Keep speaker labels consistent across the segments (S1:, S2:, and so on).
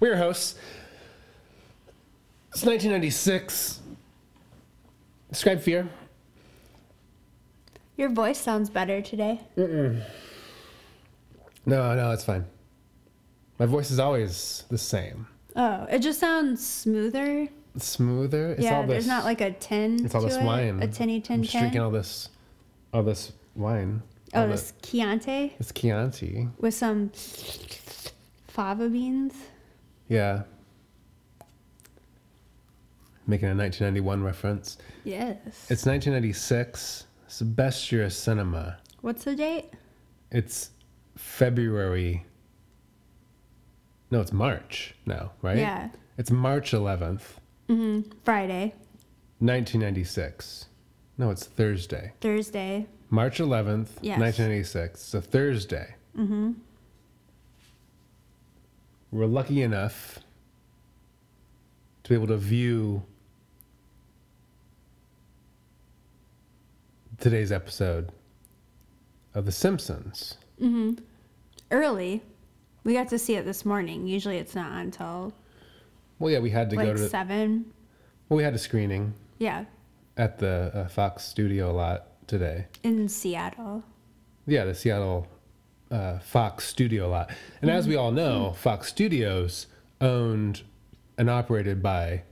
S1: We're your hosts. It's 1996. Describe fear.
S2: Your voice sounds better today.
S1: No, no, it's fine. My voice is always the same.
S2: Oh, it just sounds smoother.
S1: It's smoother. It's
S2: yeah,
S1: all this.
S2: there's not like a tin.
S1: it's all
S2: to
S1: this
S2: it,
S1: wine.
S2: A tinny
S1: I'm
S2: tin
S1: just drinking
S2: can.
S1: all this, all this wine.
S2: Oh,
S1: All
S2: this
S1: the-
S2: Chianti
S1: It's Chianti.
S2: with some fava beans.
S1: Yeah. Making a 1991 reference.
S2: Yes.
S1: It's 1996. It's the best year of cinema.
S2: What's the date?
S1: It's February. No, it's March now, right?
S2: Yeah.
S1: It's March 11th,
S2: Friday,
S1: 1996. No, it's Thursday.
S2: Thursday.
S1: March 11th,
S2: Yes.
S1: 1996. It's a Thursday. Mm-hmm. We're lucky enough to be able to view today's episode of The Simpsons.
S2: Early. We got to see it this morning. Usually it's not until
S1: Well, yeah, we had to go
S2: like
S1: to.
S2: seven.
S1: Well, we had a screening
S2: Yeah.
S1: at the uh, Fox studio lot today.
S2: In Seattle.
S1: Yeah, the Seattle uh, Fox studio lot. And as we all know,
S2: Mm-hmm.
S1: Fox Studios owned and operated by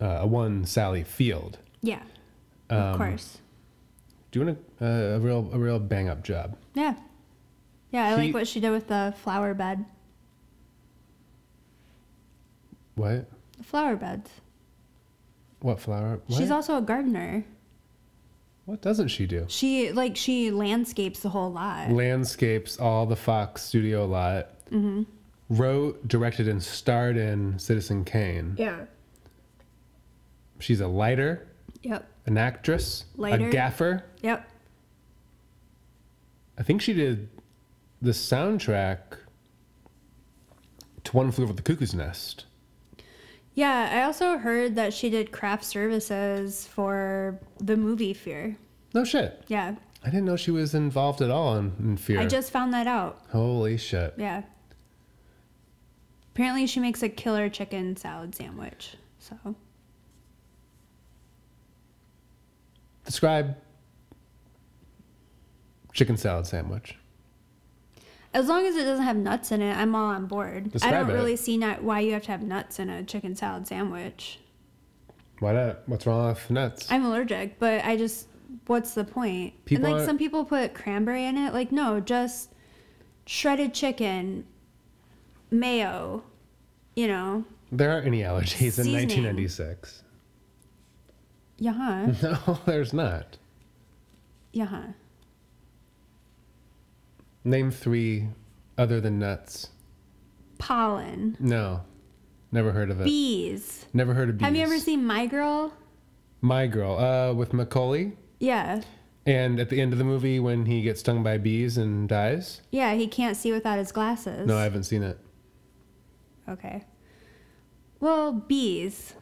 S1: uh, a one Sally Field.
S2: Yeah.
S1: Um,
S2: of course.
S1: Doing a, uh, a real a real bang up job.
S2: Yeah. Yeah, I
S1: She-
S2: like what she did with the flower bed.
S1: What?
S2: The flower beds.
S1: What flower? What?
S2: She's also a gardener.
S1: what doesn't she do?
S2: She like she landscapes the whole lot.
S1: Landscapes all the Fox studio lot. Mm-hmm. Wrote, directed, and starred in Citizen Kane.
S2: Yeah.
S1: She's a lighter,
S2: Yep.
S1: an actress,
S2: Lighter.
S1: a gaffer.
S2: Yep.
S1: I think she did the soundtrack to One Flew Over the Cuckoo's Nest.
S2: Yeah, I also heard that she did craft services for the movie Fear.
S1: No shit.
S2: Yeah.
S1: I didn't know she was involved at all in, in Fear.
S2: I just found that out.
S1: Holy shit.
S2: Yeah. Apparently she makes a killer chicken salad sandwich. So,
S1: Describe chicken salad sandwich.
S2: as long as it doesn't have nuts in it, I'm all on board. I
S1: Describe
S2: don't
S1: it.
S2: really see not why you have to have nuts in a chicken salad sandwich.
S1: Why not? What's wrong with nuts?
S2: I'm allergic, but I just what's the point?
S1: People
S2: and like
S1: are-
S2: some people put cranberry in it. Like no, just shredded chicken, mayo, you know.
S1: there aren't any allergies
S2: Seasoning.
S1: in 1996.
S2: Yeah.
S1: No, there's not.
S2: Yeah.
S1: Name three other than nuts.
S2: Pollen.
S1: No. Never heard of it.
S2: Bees.
S1: Never heard of Uh, bees.
S2: Have you ever seen My Girl?
S1: My Girl? Uh, with Macaulay?
S2: Yeah.
S1: And at the end of the movie, when he gets stung by bees and dies?
S2: Yeah, he can't see without his glasses.
S1: No, I haven't seen it.
S2: Okay. Well, bees.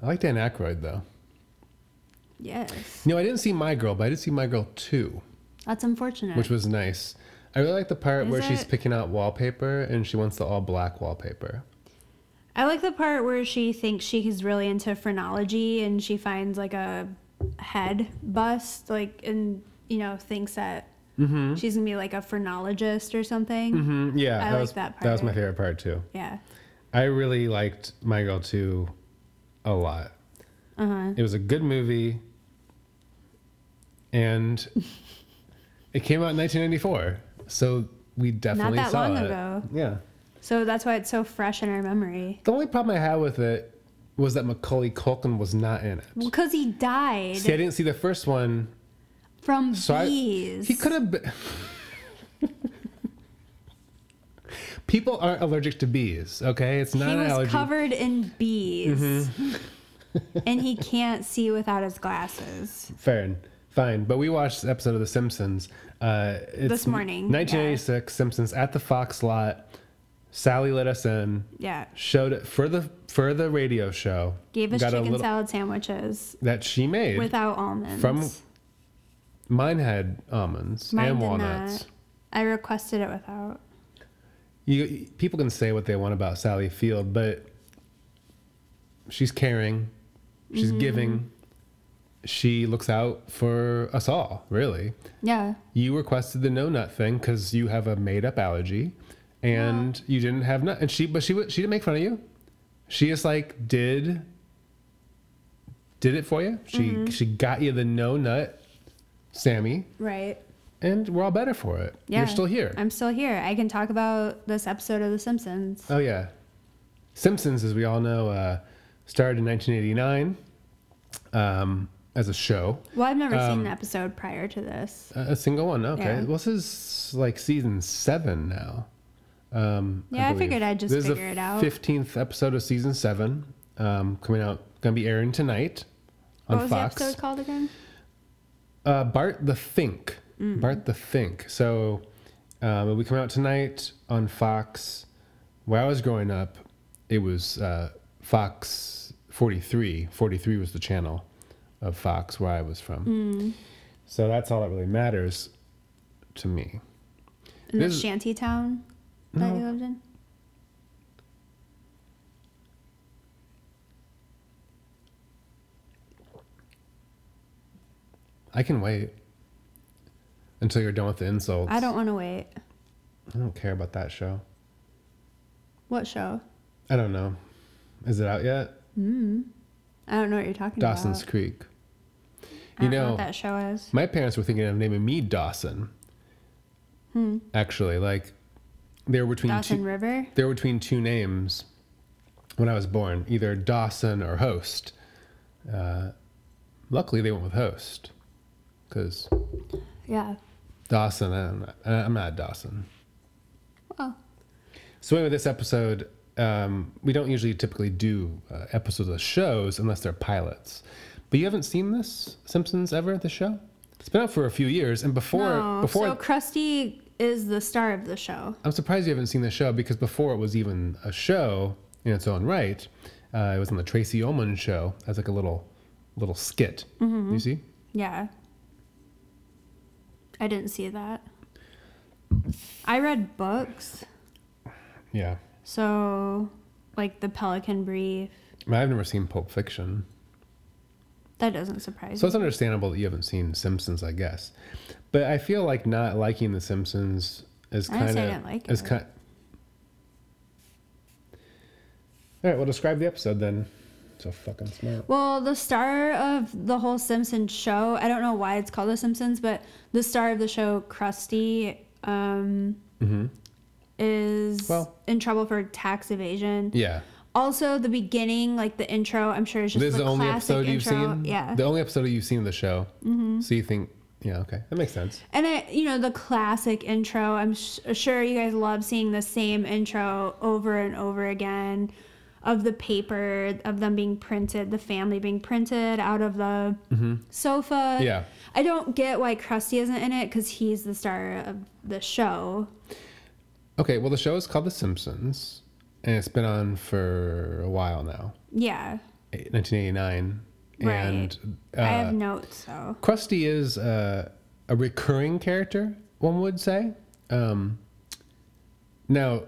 S1: I like Dan Aykroyd, though.
S2: Yes.
S1: No, I didn't see My Girl, but I did see My Girl 2,
S2: That's unfortunate.
S1: which was nice. I really like the part
S2: Is
S1: where she's
S2: it-
S1: picking out wallpaper and she wants the all black wallpaper.
S2: I like the part where she thinks she's really into phrenology and she finds like a head bust, like, and you know, thinks that
S1: Mm-hmm.
S2: she's gonna be like a phrenologist or something.
S1: Mm, yeah,
S2: I
S1: that
S2: like
S1: was
S2: that
S1: that was my
S2: part.
S1: favorite part too.
S2: Yeah.
S1: I really liked My Girl 2 a lot.
S2: Uh-huh.
S1: It was a good movie, and it came out in 1994, so we definitely
S2: that
S1: saw
S2: long
S1: it.
S2: ago.
S1: Yeah.
S2: So that's why it's so fresh in our memory.
S1: The only problem I had with it was that Macaulay Culkin was not in it.
S2: Because he died
S1: See, I didn't see the first one,
S2: from
S1: so I,
S2: bees.
S1: he could have been. People aren't allergic to bees, okay? It's not
S2: He
S1: an
S2: was
S1: allergy. Mm-hmm.
S2: covered in bees. and he can't see without his glasses.
S1: Fair, fine. But we watched the episode of The Simpsons. Uh, it's
S2: This morning, yeah.
S1: 1986 Simpsons at the Fox lot. Sally let us in.
S2: Yeah.
S1: Showed it for the for the radio show.
S2: Gave us
S1: Got a
S2: chicken
S1: little-
S2: salad sandwiches
S1: that she made.
S2: without almonds.
S1: From Mine had almonds
S2: Mine
S1: and
S2: did
S1: walnuts.
S2: Not. I requested it without.
S1: you people can say what they want about Sally Field, but she's caring, she's giving, she looks out for us all, really.
S2: Yeah.
S1: You requested the no nut thing because you have a made up allergy, and you didn't have nut. And she, but she, wa- she didn't make fun of you. She just like did, did it for you. She she got you the no nut, Sammy,
S2: Right.
S1: and we're all better for it.
S2: Yeah.
S1: You're still here.
S2: I'm still here. I can talk about this episode of The Simpsons.
S1: Oh yeah, Simpsons, as we all know, uh, started in 1989 um, as a show.
S2: Well, I've never seen
S1: Um,
S2: an episode prior to this.
S1: A a single one. Okay.
S2: Yeah.
S1: Well, this is like season seven now. Um,
S2: Yeah, I
S1: believe.
S2: figured I'd just
S1: this
S2: figure it out.
S1: Fifteenth episode of season seven, um, coming out, gonna be airing tonight on
S2: What was
S1: Fox.
S2: the episode called again?
S1: Uh, Bart the Think.
S2: Mm.
S1: Bart the Think. So um, we come out tonight on Fox. When I was growing up, it was uh, Fox 43. 43 was the channel of Fox where I was from.
S2: Mm.
S1: So that's all that really matters to me.
S2: In the
S1: This-
S2: shanty town that you lived in?
S1: I can wait until you're done with the insults.
S2: I don't want to wait.
S1: I don't care about that show.
S2: What show?
S1: I don't know. Is it out yet?
S2: I don't know what you're talking
S1: Dawson's
S2: about.
S1: Creek.
S2: I
S1: You
S2: don't know,
S1: know,
S2: what that show is.
S1: My parents were thinking of naming me Dawson. Actually, like they were between
S2: Dawson
S1: two,
S2: River?
S1: they were between two names when I was born, either Dawson or Host. Uh, luckily, they went with Host because
S2: Yeah.
S1: Dawson. I'm not, I'm not Dawson.
S2: Well,
S1: So anyway, this episode, um, we don't usually typically do uh, episodes of shows unless they're pilots. But you haven't seen this Simpsons ever the show? It's been out for a few years, and before
S2: no.
S1: before
S2: so Krusty is the star of the show.
S1: I'm surprised you haven't seen the show because before it was even a show in its own right, uh, it was on the Tracy Ullman show as like a little little skit.
S2: Mm-hmm.
S1: You see,
S2: Yeah. I didn't see that. I read books,
S1: yeah.
S2: so like The Pelican Brief.
S1: I mean, I've never seen Pulp Fiction,
S2: That doesn't surprise
S1: so
S2: me.
S1: it's understandable that you haven't seen Simpsons, I guess. But I feel like not liking the Simpsons is
S2: I didn't
S1: kind
S2: say I
S1: of
S2: didn't like
S1: is
S2: it.
S1: kind. All right, well, describe the episode then. So fucking smart.
S2: Well, the star of the whole Simpsons show, I don't know why it's called The Simpsons, but the star of the show, Krusty, um, is
S1: Mm-hmm. Well-
S2: in trouble for tax evasion.
S1: Yeah,
S2: Also, the beginning, like the intro, I'm sure it's just
S1: this is
S2: the,
S1: the only
S2: classic
S1: episode you've
S2: intro.
S1: seen.
S2: Yeah. Mm-hmm.
S1: the only episode you've seen of the show. So you think, yeah, okay, that makes sense.
S2: and it, you know, the classic intro. I'm sh- sure you guys love seeing the same intro over and over again of the paper, of them being printed, the family being printed out of the sofa.
S1: Mm-hmm. Yeah.
S2: I don't get why Krusty isn't in it because he's the star of the show.
S1: Okay, well, the show is called The Simpsons, and it's been on for a while now,
S2: Yeah.
S1: eh, 1989. And uh,
S2: I have notes, so.
S1: Krusty is uh, a recurring character, one would say. Um, now,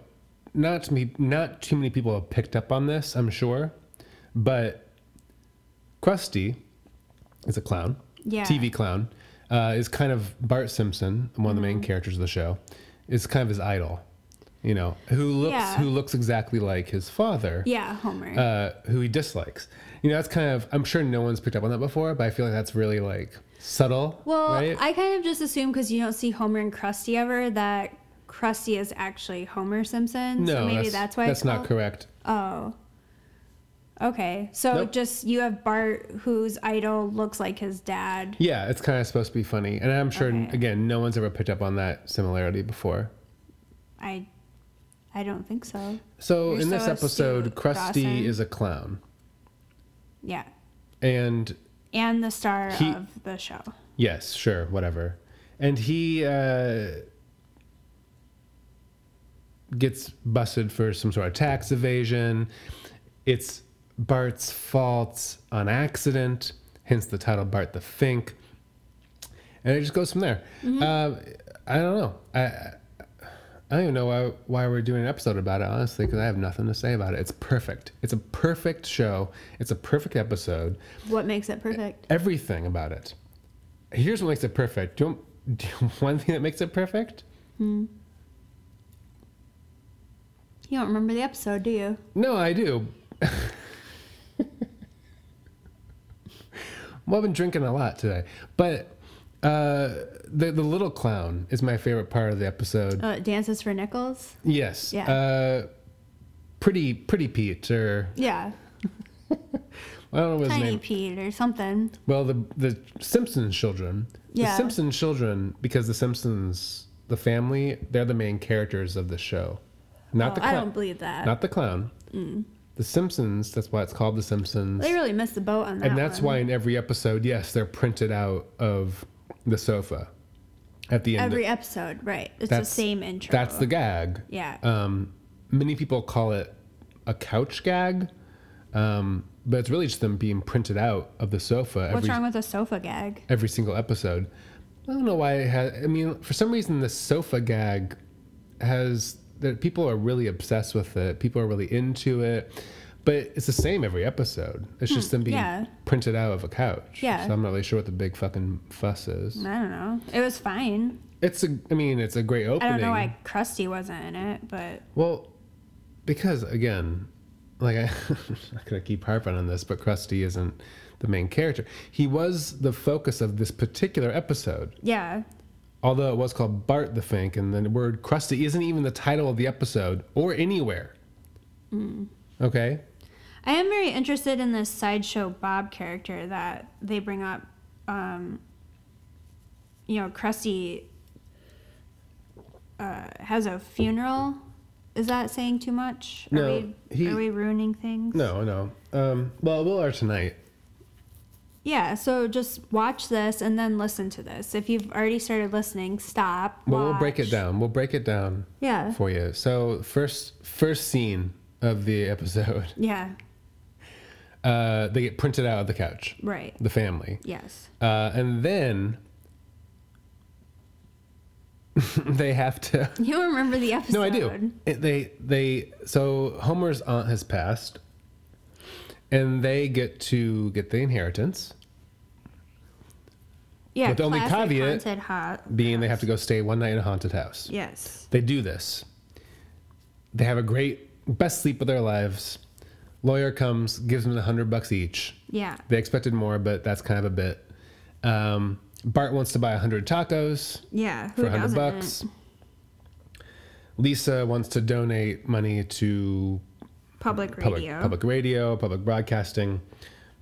S1: not to me, not too many people have picked up on this, I'm sure, but Krusty is a clown,
S2: Yeah.
S1: TV clown, uh, is kind of Bart Simpson, one of the
S2: Mm-hmm.
S1: main characters of the show, is kind of his idol, you know, who looks
S2: Yeah.
S1: who looks exactly like his father
S2: Yeah, Homer.
S1: uh, who he dislikes. You know, that's kind of, I'm sure no one's picked up on that before, but I feel like that's really like subtle.
S2: well,
S1: right?
S2: I kind of just assume because you don't see Homer and Krusty ever that Krusty is actually Homer Simpson. so maybe that's, why
S1: that's
S2: it's
S1: not
S2: called-
S1: correct.
S2: Oh. Okay. So
S1: Nope.
S2: just you have Bart whose idol looks like his dad.
S1: Yeah, it's kind of supposed to be funny. And I'm sure,
S2: Okay.
S1: again, no one's ever picked up on that similarity before.
S2: I I don't think so.
S1: So
S2: You're
S1: in this
S2: so
S1: episode,
S2: astute,
S1: Krusty
S2: Dawson.
S1: is a clown.
S2: Yeah.
S1: And
S2: And the star
S1: He-
S2: of the show.
S1: yes, sure, whatever. And he uh, gets busted for some sort of tax evasion. It's Bart's fault on accident, hence the title Bart the Fink. And it just goes from there. Uh, I don't know. I, I- I don't even know why, why we're doing an episode about it, honestly, because I have nothing to say about it. It's perfect. It's a perfect show. It's a perfect episode.
S2: What makes it perfect?
S1: Everything about it. Here's what makes it perfect. Do you want, do you want one thing that makes it perfect?
S2: You don't remember the episode, do you?
S1: No, I do. well, I've been drinking a lot today, but uh, the the little clown is my favorite part of the episode.
S2: Oh, it dances for nickels.
S1: Yes.
S2: Yeah.
S1: Uh, pretty pretty Pete or
S2: Yeah,
S1: I don't know what his
S2: Tiny
S1: name.
S2: Pete or something.
S1: Well, the the Simpsons children. The
S2: Yeah.
S1: Simpsons children because the Simpsons the family they're the main characters of the show, not
S2: Oh,
S1: the
S2: I
S1: clown.
S2: don't believe that.
S1: not the clown. The Simpsons. That's why it's called the Simpsons.
S2: Mm. they really missed the boat on that.
S1: and that's why in every episode, yes, they're printed out of the sofa at the end.
S2: every episode, right? It's the
S1: That's-
S2: same intro.
S1: that's the gag.
S2: yeah.
S1: Um, many people call it a couch gag, um, but it's really just them being printed out of the sofa
S2: What's
S1: every
S2: wrong with a sofa gag?
S1: every single episode. I don't know why it has. I mean, for some reason, the sofa gag has that people are really obsessed with it. People are really into it, but it's the same every episode. It's just them being
S2: Hmm, yeah.
S1: printed out of a couch.
S2: Yeah.
S1: So I'm not really sure what the big fucking fuss is.
S2: I don't know. It was fine.
S1: It's a. I mean, it's a great
S2: I
S1: opening.
S2: don't know why Krusty wasn't in it, but
S1: Well, because again, like I, I'm not gonna keep harping on this, but Krusty isn't the main character. He was the focus of this particular episode.
S2: yeah.
S1: Although it was called Bart the Fink, and the word crusty isn't even the title of the episode or anywhere.
S2: Hmm.
S1: Okay?
S2: I am very interested in this sideshow Bob character that they bring up. Um, you know, Krusty uh, has a funeral. Is that saying too much? Are,
S1: No,
S2: we,
S1: he-
S2: are we ruining things?
S1: No, no. Um, well, we'll are tonight.
S2: Yeah, so just watch this and then listen to this. If you've already started listening, stop.
S1: Well, we'll break it
S2: watch.
S1: down. We'll break it down
S2: Yeah.
S1: for you. So, first, first scene of the episode,
S2: Yeah,
S1: uh, they get printed out of the couch,
S2: right.
S1: the family,
S2: Yes.
S1: uh, and then they have to.
S2: You remember the episode?
S1: No, I do. It- they they so Homer's aunt has passed, and they get to get the inheritance,
S2: Yeah,
S1: With the only
S2: classic
S1: caveat
S2: haunted hot.
S1: being they have to go stay one night in a haunted house.
S2: Yes.
S1: They do this. They have a great best sleep of their lives. Lawyer comes, gives them a hundred bucks each.
S2: Yeah.
S1: They expected more, but that's kind of a bit. Um, Bart wants to buy a hundred tacos.
S2: Yeah. Who
S1: for a hundred
S2: doesn't?
S1: bucks. Lisa wants to donate money to
S2: Public
S1: public
S2: radio.
S1: public radio, public broadcasting.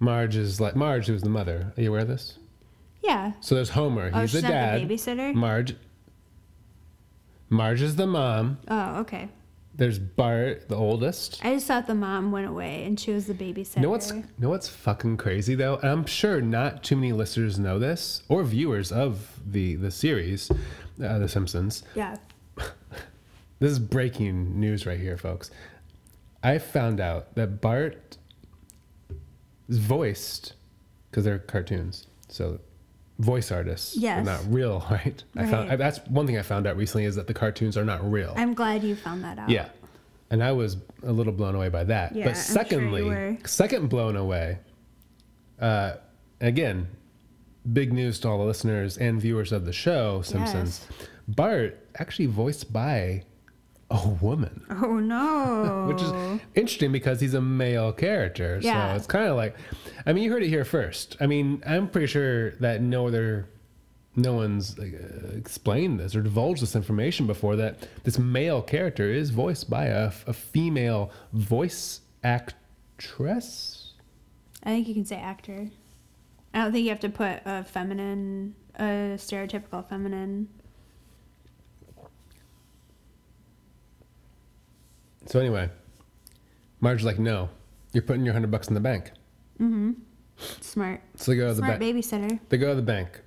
S1: Marge is like Marge, who's the mother. Are you aware of this?
S2: Yeah.
S1: So there's Homer.
S2: Oh,
S1: He's
S2: she's
S1: the
S2: not
S1: dad.
S2: the babysitter.
S1: Marge. Marge is the mom.
S2: oh, okay.
S1: There's Bart, the oldest.
S2: I just thought the mom went away and she was the babysitter.
S1: You know what's you know what's fucking crazy though, and I'm sure not too many listeners know this or viewers of the the series, uh, The Simpsons.
S2: Yeah.
S1: This is breaking news right here, folks. I found out that Bart is voiced because they're cartoons, so voice artists. are
S2: Yes.
S1: not real, right? I found
S2: Right.
S1: I, that's one thing I found out recently is that the cartoons are not real.
S2: I'm glad you found that out.
S1: yeah, and I was a little blown away by that.
S2: Yeah, I'm
S1: but
S2: sure you
S1: secondly,
S2: were.
S1: second blown away. Uh, again, big news to all the listeners and viewers of the show Simpsons. Bart actually voiced by a woman
S2: Oh no.
S1: which is interesting because he's a male character.
S2: Mm-hmm. Yeah.
S1: So it's kind of like, I mean, you heard it here first. I mean, I'm pretty sure that no other, no one's like, uh, explained this or divulged this information before that this male character is voiced by a, a female voice actress.
S2: I think you can say actor. I don't think you have to put a feminine, a stereotypical feminine.
S1: So anyway, Marge's like, no, you're putting your hundred bucks in the bank.
S2: Smart.
S1: So they go to the
S2: Smart
S1: bank.
S2: babysitter.
S1: They go to the bank.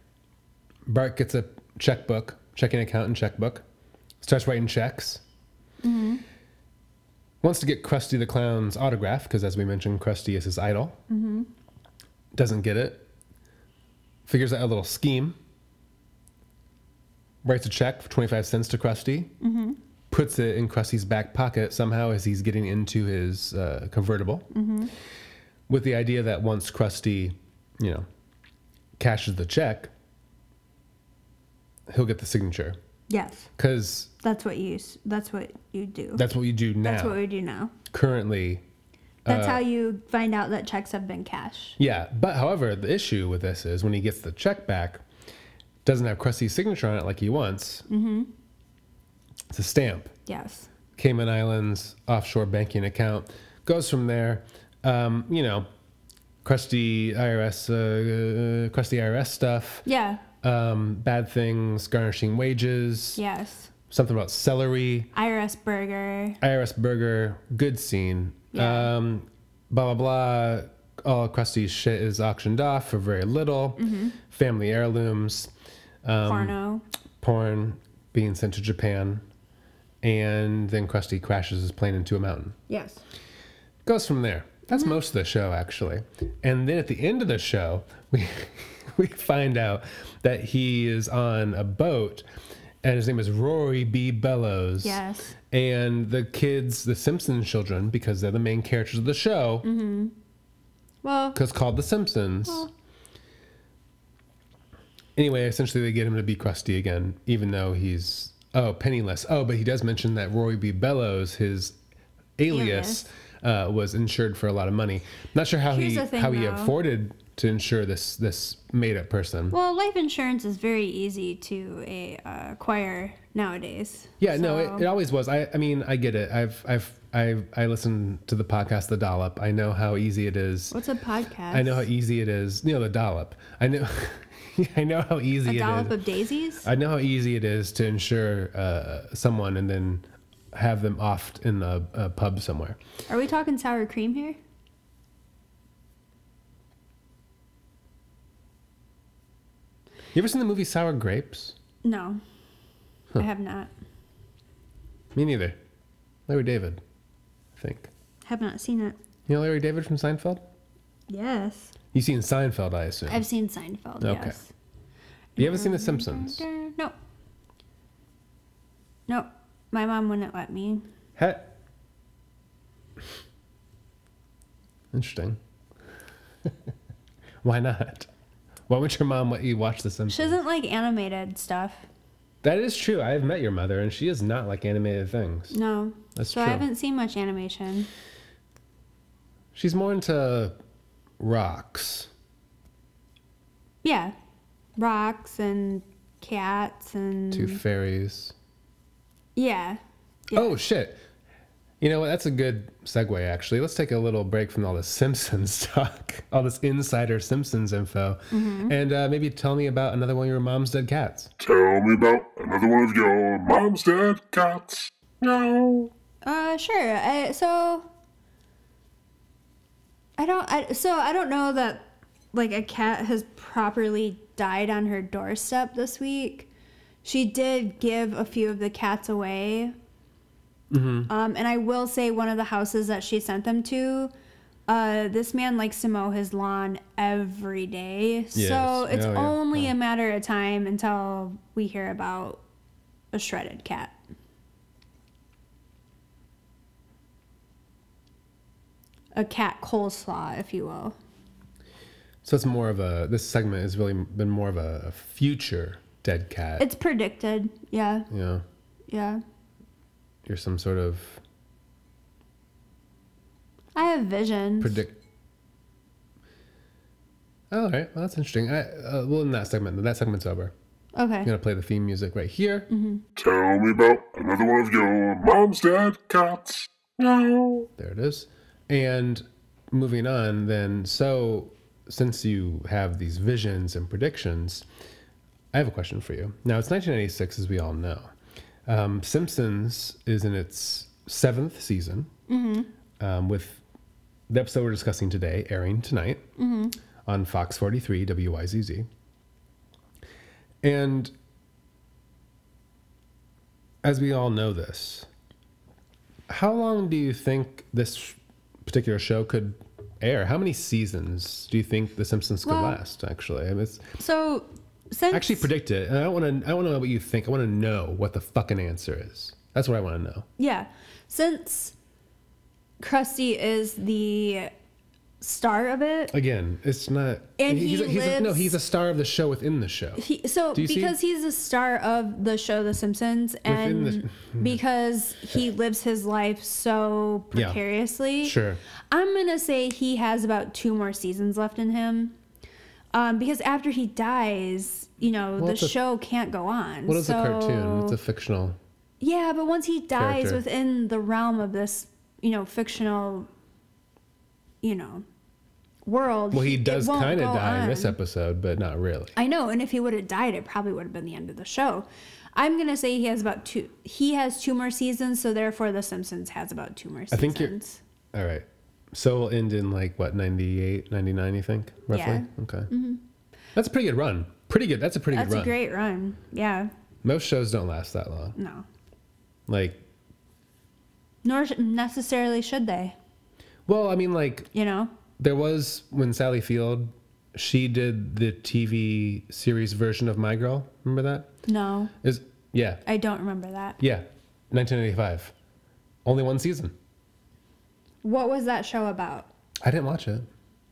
S1: Bart gets a checkbook, checking account and checkbook. Starts writing checks. Wants to get Krusty the Clown's autograph because, as we mentioned, Krusty is his idol. Doesn't get it. Figures out a little scheme. Writes a check for 25 cents to Krusty. puts it in Krusty's back pocket somehow as he's getting into his uh, convertible, with the idea that once Krusty, you know, cashes the check, he'll get the signature
S2: Yes,
S1: because
S2: that's what you. s- That's what you do.
S1: that's what you do now.
S2: That's what we do now.
S1: currently, Uh,
S2: That's how you find out that checks have been cashed.
S1: yeah. But however, the issue with this is when he gets the check back, doesn't have Krusty's signature on it like he wants. Mm-hmm. It's a stamp.
S2: Yes.
S1: Cayman Islands offshore banking account. Goes from there. Um, you know, crusty IRS, uh, uh, crusty IRS stuff.
S2: Yeah.
S1: Um, bad things, garnishing wages.
S2: Yes.
S1: Something about celery,
S2: IRS burger.
S1: IRS burger, good scene.
S2: Yeah.
S1: Um, blah blah blah. All Krusty's shit is auctioned off for very little.
S2: Mm-hmm.
S1: Family heirlooms, Um,
S2: porno.
S1: porn being sent to Japan, and then Krusty crashes his plane into a mountain.
S2: Yes.
S1: goes from there. That's
S2: Mm-hmm.
S1: most of the show, actually. And then at the end of the show, we we find out that he is on a boat, and his name is Rory B. Bellows.
S2: Yes.
S1: And the kids, the Simpsons children, because they're the main characters of the show,
S2: Mm-hmm. Well,
S1: because called the Simpsons.
S2: Well.
S1: Anyway, essentially they get him to be crusty again, even though he's oh penniless. Oh, but he does mention that Rory B. Bellows, his alias, uh, was insured for a lot of money. Not sure how
S2: Here's
S1: he
S2: the thing,
S1: how he
S2: though.
S1: afforded to insure this this made up person.
S2: well, life insurance is very easy to a, uh, acquire nowadays.
S1: yeah, no,
S2: So-
S1: it, it always was. I, I mean, I get it. I've I've I've I listen to the podcast The Dollop. I know how easy it is.
S2: What's a podcast?
S1: I know how easy it is. You know the dollop. I know. I know how easy
S2: a
S1: it
S2: dollop
S1: is.
S2: of daisies.
S1: I know how easy it is to insure uh, someone and then have them offed in a, a pub somewhere.
S2: Are we talking sour cream here?
S1: You ever seen the movie Sour Grapes?
S2: No, I have not.
S1: Me neither. Larry David, I think.
S2: Have not seen it.
S1: You know Larry David from Seinfeld?
S2: Yes,
S1: You've seen Seinfeld, I assume.
S2: I've seen Seinfeld.
S1: Okay.
S2: Yes.
S1: you haven't seen The Simpsons.
S2: No. No, my mom wouldn't let me.
S1: Ha- Interesting. Why not? Why would your mom let you watch The Simpsons?
S2: She doesn't like animated stuff.
S1: That is true. I've met your mother, and she is not like animated things.
S2: No.
S1: That's
S2: so I
S1: true.
S2: haven't seen much animation.
S1: She's more into rocks.
S2: Yeah. Rocks and cats and
S1: Two fairies.
S2: Mm-hmm. Yeah.
S1: Oh shit! You know what? That's a good segue. Actually, let's take a little break from all this Simpsons talk, all this insider Simpsons info,
S2: Mm-hmm.
S1: and uh, maybe tell me about another one of your mom's dead cats.
S3: Tell me about another one of your mom's dead cats. No.
S2: Uh sure. I, so I don't I, so I don't know that like a cat has properly died on her doorstep this week. She did give a few of the cats away.
S1: Mm-hmm.
S2: Um, and I will say one of the houses that she sent them to, uh, this man likes to mow his lawn every day. So
S1: Yes.
S2: it's
S1: Oh, yeah.
S2: only a matter of time until we hear about a shredded cat. A cat coleslaw, if you will.
S1: So it's more of a. This segment has really been more of a, a future dead cat.
S2: It's predicted. Yeah.
S1: you know,
S2: Yeah.
S1: you're some sort of
S2: I have visions.
S1: predict. Oh, All right, well that's interesting. I, uh, well, in that segment, that segment's over.
S2: okay.
S1: I'm gonna play the theme music right here.
S3: Tell me about another one of your mom's dead cats. No.
S1: There it is. And moving on, then, so since you have these visions and predictions, I have a question for you. Now, it's 1996, as we all know. Um, Simpsons is in its seventh season, um, with the episode we're discussing today airing tonight on Fox 43 WYZZ. And as we all know this, how long do you think this particular show could air? How many seasons do you think The Simpsons could
S2: Well-
S1: last? Actually, I mean, it's
S2: So since
S1: actually predict it, and I don't want to. I don't want to know what you think. I want to know what the fucking answer is. That's what I want to know.
S2: Yeah. Since Krusty is the star of it,
S1: Again, it's not.
S2: And
S1: he's,
S2: he
S1: a, he's a- no,
S2: lives-
S1: he's a star of the show within the show.
S2: he, so
S1: Do you see-
S2: because he's a star of the show The Simpsons
S1: Within
S2: and
S1: the-
S2: because he lives his life so
S1: Yeah.
S2: precariously,
S1: Sure.
S2: I'm going to say he has about two more seasons left in him. Um, because after he dies, you know, the
S1: it's a-
S2: show can't go on.
S1: What is
S2: so,
S1: a cartoon? It's a fictional.
S2: Yeah, but once he dies
S1: Character.
S2: within the realm of this, you know, fictional, you know, world.
S1: Well, he
S2: it
S1: does
S2: won't
S1: kind of
S2: go
S1: die in this
S2: on.
S1: episode, but not really.
S2: I know, and if he would have died, it probably would have been the end of the show. I'm gonna say he has about two. He has two more seasons, so therefore, The Simpsons has about two more seasons.
S1: think you're- All right. So we'll end in like what 98, 99, you think? Roughly?
S2: Yeah. Mm-hmm.
S1: Okay. That's a pretty good run. Pretty good. That's a pretty
S2: That's
S1: good
S2: a
S1: run.
S2: great run. Yeah.
S1: Most shows don't last that long.
S2: No.
S1: Like,
S2: Nor sh- necessarily should they.
S1: well, I mean, like,
S2: You know.
S1: there was when Sally Field, she did the TV series version of My Girl. Remember that?
S2: No,
S1: Is yeah,
S2: I don't remember that.
S1: yeah, 1985. Only one season.
S2: What was that show about?
S1: I didn't watch it.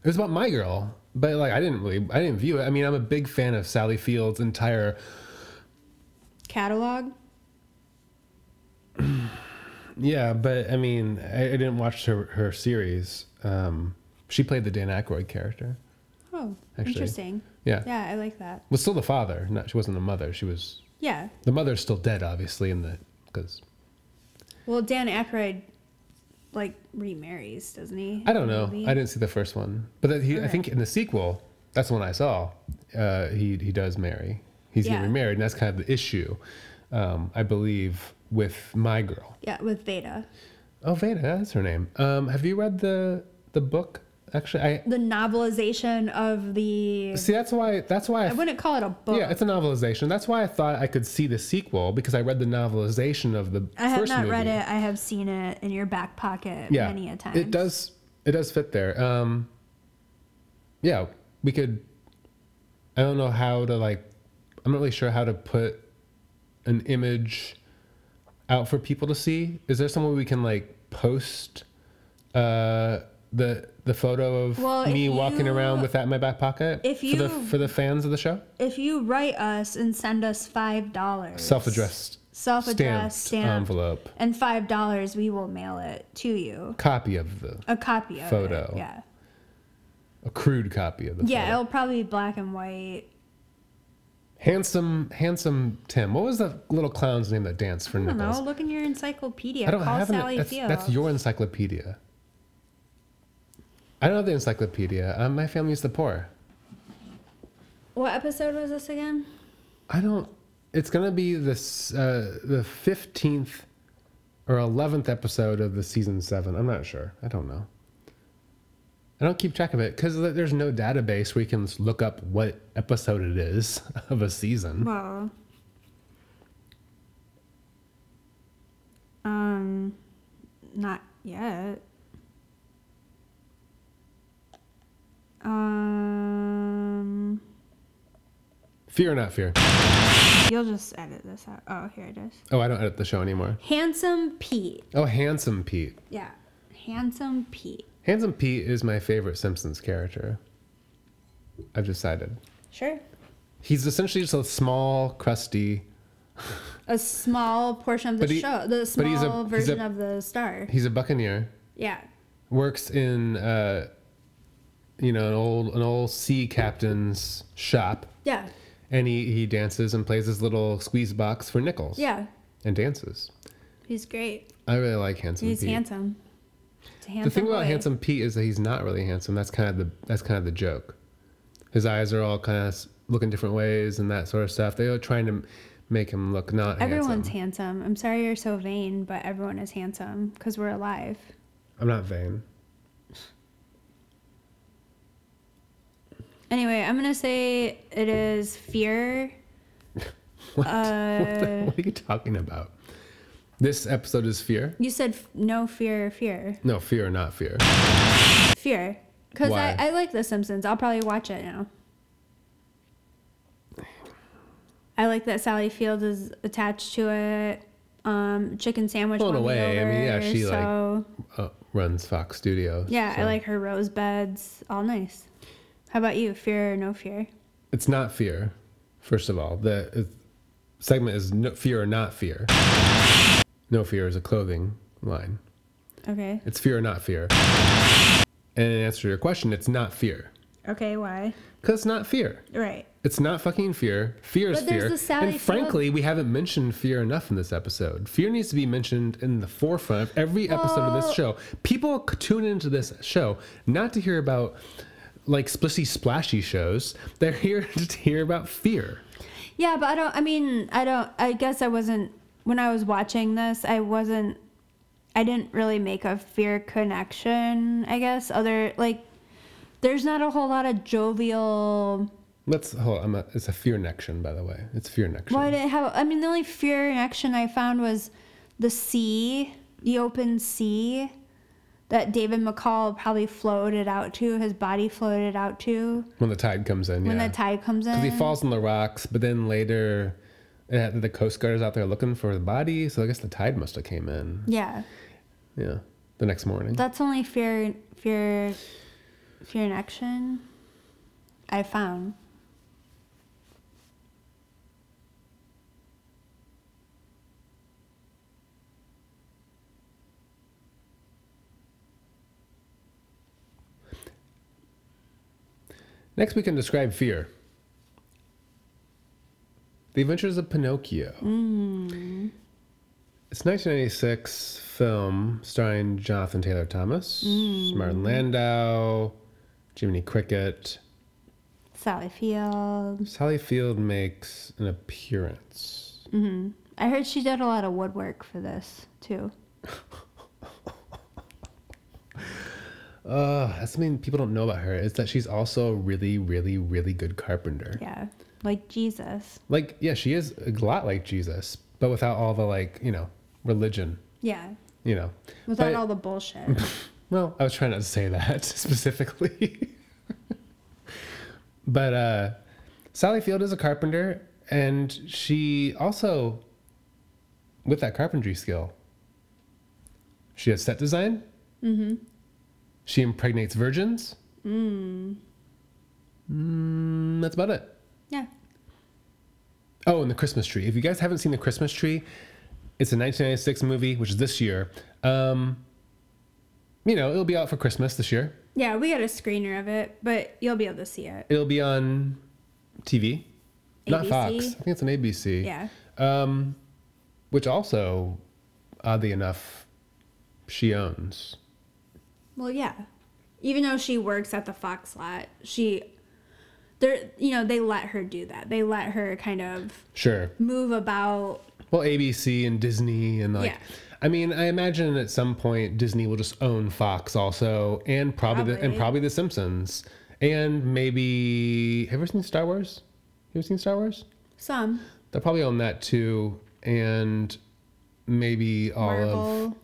S1: It was about My Girl, but like I didn't really, I didn't view it. I mean, I'm a big fan of Sally Field's entire
S2: Catalog.
S1: Yeah, but I mean, I, I didn't watch her her series. Um, she played the Dan Aykroyd character.
S2: Oh,
S1: Actually,
S2: interesting.
S1: Yeah.
S2: Yeah, I like that.
S1: was still the father. Not she wasn't the mother. She was
S2: Yeah.
S1: the mother's still dead, obviously, in the because
S2: Well, Dan Aykroyd like remarries, doesn't he?
S1: I don't know.
S2: Maybe.
S1: I didn't see the first one, but that he, I
S2: Okay.
S1: think in the sequel, that's the one I saw. Uh, he he does marry. He's
S2: Yeah.
S1: getting remarried, and that's kind of the issue, um, I believe, with my girl.
S2: Yeah, with Veda.
S1: Oh, Veda, that's her name. Um, have you read the the book? Actually, I
S2: The novelization of the
S1: see. That's why. That's why
S2: I wouldn't call it a book.
S1: Yeah, it's a novelization. That's why I thought I could see the sequel because I read the novelization of the
S2: I have
S1: first
S2: not
S1: movie.
S2: read it. I have seen it in your back pocket
S1: Yeah,
S2: many a time.
S1: it does. It does fit there. Um, yeah, we could. I don't know how to like. I'm not really sure how to put an image out for people to see. Is there some way we can like post uh, the the photo of
S2: Well, if
S1: me walking
S2: you-
S1: around with that in my back pocket
S2: if
S1: for the
S2: you-
S1: for the fans of the show?
S2: If you write us and send us five dollars,
S1: Self-addressed,
S2: self-addressed
S1: stamped
S2: stamp,
S1: envelope.
S2: and five dollars, we will mail it to you.
S1: copy of the
S2: A copy of it,
S1: Photo.
S2: Yeah.
S1: a crude copy of the
S2: Yeah,
S1: photo.
S2: it'll probably be black and white.
S1: handsome handsome tim what was the little clown's name that danced for
S2: I don't
S1: nichols
S2: know. Look in your encyclopedia.
S1: i don't
S2: Call
S1: have
S2: Sally
S1: an that's,
S2: Field.
S1: that's your encyclopedia i don't have the encyclopedia um, my family's the poor
S2: What episode was this again?
S1: i don't it's gonna be this uh, the 15th or 11th episode of the season 7 i'm not sure i don't know I don't keep track of it because there's no database where you can look up what episode it is of a season.
S2: Well, um, not yet. Um,
S1: Fear or not fear.
S2: you'll just edit this out. Oh, here it is.
S1: Oh, I don't edit the show anymore.
S2: Handsome Pete.
S1: Oh, Handsome Pete.
S2: Yeah, Handsome Pete.
S1: Handsome Pete is my favorite Simpsons character. I've decided.
S2: Sure.
S1: He's essentially just a small, crusty.
S2: A small portion of the
S1: But he-
S2: show, the
S1: but
S2: small
S1: he's a- he's
S2: version
S1: a-
S2: of the star.
S1: He's a buccaneer.
S2: Yeah.
S1: Works in, uh, you know, an old an old sea captain's shop,
S2: Yeah.
S1: and he he dances and plays his little squeeze box for nickels.
S2: Yeah.
S1: And dances.
S2: He's great.
S1: I really like Handsome
S2: He's
S1: Pete.
S2: handsome. It's a
S1: the
S2: handsome
S1: thing about
S2: boy.
S1: handsome Pete is that he's not really handsome. That's kind of the that's kind of the joke. His eyes are all kind of looking different ways and that sort of stuff. They are trying to m- make him look not
S2: Everyone's
S1: handsome.
S2: handsome. I'm sorry you're so vain, but everyone is handsome because we're alive.
S1: I'm not vain.
S2: Anyway, I'm gonna say it is fear.
S1: What? what, the,
S2: Uh,
S1: what are you talking about? This episode is fear.
S2: You said f- no fear, fear,
S1: No, fear or not fear.
S2: fear. Because
S1: Why?
S2: I, I like The Simpsons. I'll probably watch it now. I like that Sally Field is attached to it. um, chicken sandwich.
S1: Blown
S2: won me
S1: away. I mean, yeah,
S2: over,
S1: she, like-
S2: so,
S1: Uh, runs Fox Studios.
S2: yeah, I
S1: so-
S2: like her rose beds. All nice. How about you? Fear or no fear?
S1: It's not fear, first of all. The it- segment is no, fear or not fear. No fear is a clothing line.
S2: Okay.
S1: It's fear or not fear. And in answer to your question, it's not fear.
S2: Okay. Why?
S1: Because it's not fear.
S2: Right.
S1: It's not fucking fear. Fear is
S4: But there's
S1: fear.
S4: the Sally
S1: and
S4: Field-
S1: frankly, we haven't mentioned fear enough in this episode. Fear needs to be mentioned in the forefront of every episode of this show. People c- tune into this show not to hear about like splishy splashy shows. They're here to hear about fear.
S2: Yeah, but I don't. I mean, I don't. I guess I wasn't when I was watching this. I wasn't. I didn't really make a fear connection. I guess other like, there's not a whole lot of jovial.
S1: Let's hold. I'm a, it's a fear nection, by the way. It's fear nection.
S2: Why did it have? I mean, the only fear connection I found was the sea, the open sea, that David McCall probably floated out to. His body floated out to
S1: When the tide comes in,
S2: when
S1: yeah.
S2: the tide comes in.
S1: Because he falls on the rocks, but then later, uh, the Coast Guard is out there looking for the body. So I guess the tide must have came in.
S2: Yeah.
S1: Yeah, the next morning.
S2: That's only fear, fear, fear in action. I found.
S1: Next, we can describe fear. The Adventures of Pinocchio.
S2: Hmm.
S1: It's a 1996 film starring Jonathan Taylor Thomas,
S2: Hmm.
S1: Martin Landau, Jiminy Cricket.
S2: Sally Field.
S1: Sally Field makes an appearance.
S2: I heard she did a lot of woodwork for this too.
S1: Uh, that's something people don't know about her is that she's also a really, really, really good carpenter.
S2: Yeah, like Jesus.
S1: Like, yeah, she is a lot like Jesus, but without all the like, you know, religion,
S2: Yeah,
S1: you know.
S2: without
S1: But-
S2: all the bullshit.
S1: Well, I was trying not to say that specifically. but uh, Sally Field is a carpenter, and she also, with that carpentry skill, she has set design. Mm-hmm. She impregnates virgins. Mm. Mm, that's about it.
S2: yeah.
S1: Oh, and the Christmas tree. If you guys haven't seen the Christmas tree, it's a 1996 movie, which is this year. Um, you know, it'll be out for Christmas this year.
S2: Yeah, we got a screener of it, but you'll be able to see it.
S1: It'll be on TV, not
S2: ABC?
S1: Fox. I think it's on ABC.
S2: Yeah.
S1: Um, which also, oddly enough, she owns.
S2: Well, yeah. Even though she works at the Fox lot, she, they're you know they let her do that. They let her kind of
S1: Sure.
S2: move about.
S1: Well, ABC and Disney and like.
S2: Yeah.
S1: I mean, I imagine at some point Disney will just own Fox also, and probably, The, and
S2: Probably.
S1: probably The Simpsons, and maybe have you ever seen Star Wars? You ever seen Star Wars?
S2: Some
S1: They'll probably own that too, and maybe all of.
S2: Marvel,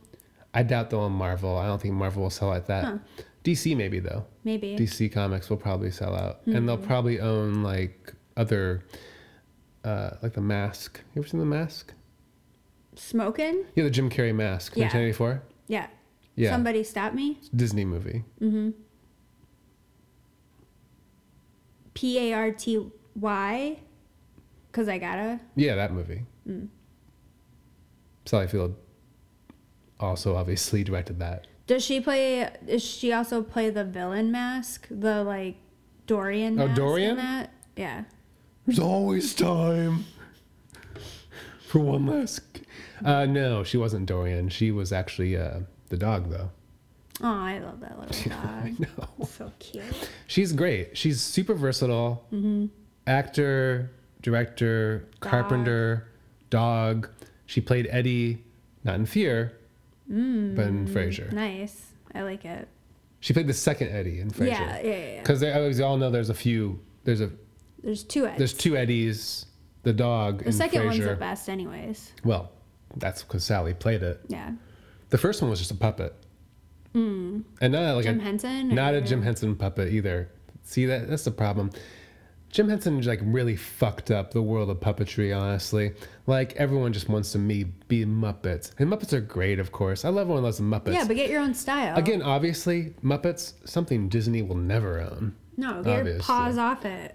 S1: I doubt they'll own Marvel. I don't think Marvel will sell at that. DC maybe though.
S2: maybe. Hmm.
S1: DC Comics will probably sell out, and they'll probably own like other, uh, like the Mask. You ever seen the Mask?
S2: Smoking?
S1: Yeah, the Jim Carrey Mask,
S2: Yeah.
S1: 1984.
S2: Yeah.
S1: Yeah,
S2: Somebody stop me.
S1: Disney movie.
S2: P A R T Y. Cause I gotta.
S1: Yeah, that movie.
S2: Hmm.
S1: Sally Field also obviously directed that.
S2: Does she play? Does she also play the villain mask? The like Dorian.
S1: Oh,
S2: mask in
S1: Dorian?
S2: That? Yeah.
S1: There's always time for one last. Uh, no, she wasn't Dorian. She was actually uh, the dog, though.
S2: Oh, I love that little dog.
S1: No.
S2: so cute.
S1: She's great. She's super versatile.
S2: Mm-hmm.
S1: Actor, director, carpenter, dog. She played Eddie, not in Fear,
S2: Mm.
S1: but in Frasier.
S2: Nice. I like it.
S1: She played the second Eddie in Frasier.
S2: Yeah, yeah, yeah, yeah.
S1: Because as you all know, there's a few. There's a
S2: There's two Eds.
S1: there's two Eddies. The dog.
S2: the second one's the
S1: best.
S2: best, anyways.
S1: Well, that's because Sally played it.
S2: Yeah.
S1: The first one was just a puppet. And not like
S2: Mm. Jim
S1: a,
S2: Henson.
S1: Not a
S2: or-
S1: Jim Henson puppet either. See that that's the problem. Jim Henson like really fucked up the world of puppetry, honestly. Like everyone just wants to me be Muppets. And Muppets are great, of course. I love when loves Muppets.
S2: Yeah, but get your own style.
S1: Again, obviously, Muppets, something Disney will never own.
S2: no, get your
S1: obviously.
S2: paws off it.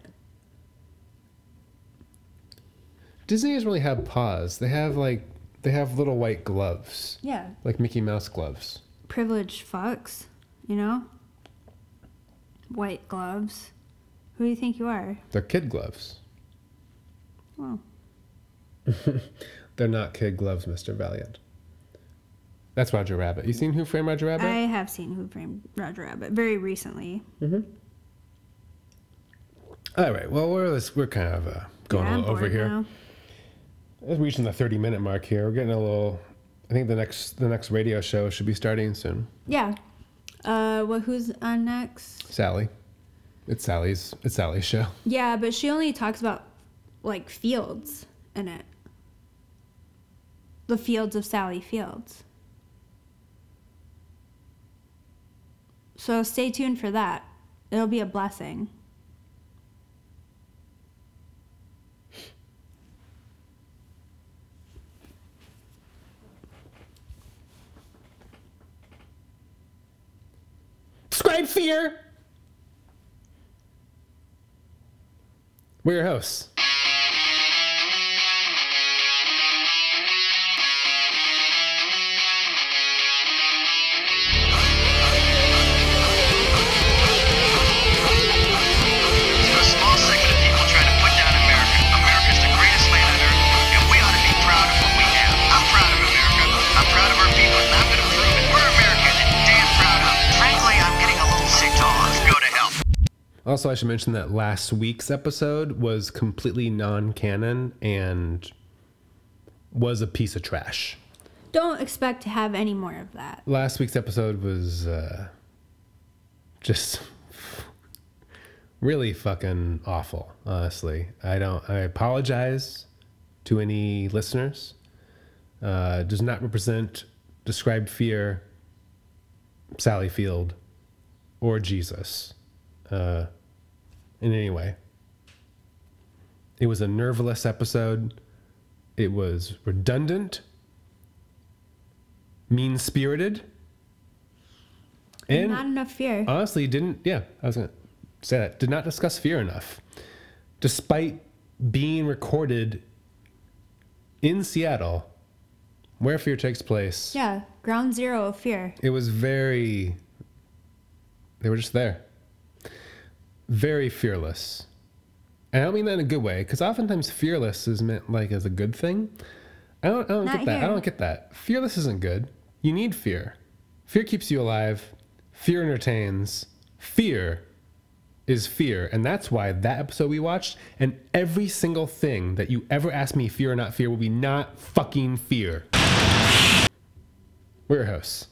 S1: Disney doesn't really have paws. They have like they have little white gloves.
S2: Yeah,
S1: Like Mickey Mouse gloves.
S2: privileged fucks, you know. White gloves. Who do you think you are?
S1: They're kid gloves.
S2: Well,
S1: They're not kid gloves, Mr. Valiant. That's Roger Rabbit. You seen Who Framed Roger Rabbit?
S2: I have seen Who Framed Roger Rabbit very recently.
S1: All right. Well, we're we're kind of uh, going
S2: Yeah,
S1: a
S2: I'm
S1: little over
S2: bored
S1: here.
S2: now.
S1: We're reaching the thirty minute mark here. We're getting a little. I think the next the next radio show should be starting soon.
S2: Yeah. Uh, well, who's on next?
S1: Sally, it's Sally's it's Sally's show.
S2: Yeah, but she only talks about like fields in it. The fields of Sally Fields. So stay tuned for that. It'll be a blessing.
S1: Scribe fear. We're your hosts.
S4: To a small section of people trying to put down America. America's the greatest land on earth, and we ought to be proud of what we have. I'm proud of America. I'm proud of our people, and I'm going to prove it. We're American, and damn proud of it. Frankly, I'm getting a little sick to all this. Go to hell.
S1: Also, I should mention that last week's episode was completely non canon and was a piece of trash.
S2: Don't expect to have any more of that.
S1: last week's episode was uh, just really fucking awful honestly i don't i apologize to any listeners uh, does not represent described fear sally field or jesus uh, in any way it was a nerveless episode it was redundant mean spirited and Uh,
S2: Not enough fear.
S1: honestly didn't yeah i was gonna say that did not discuss fear enough despite being recorded in seattle where fear takes place
S2: yeah, ground zero of fear.
S1: it was very they were just there very fearless and i don't mean that in a good way because oftentimes fearless is meant like as a good thing i don't, I don't
S2: Not
S1: get that
S2: here.
S1: i don't get that fearless isn't good you need fear fear keeps you alive fear entertains fear is fear and that's why that episode we watched and every single thing that you ever ask me fear or not fear will be not fucking fear we're your hosts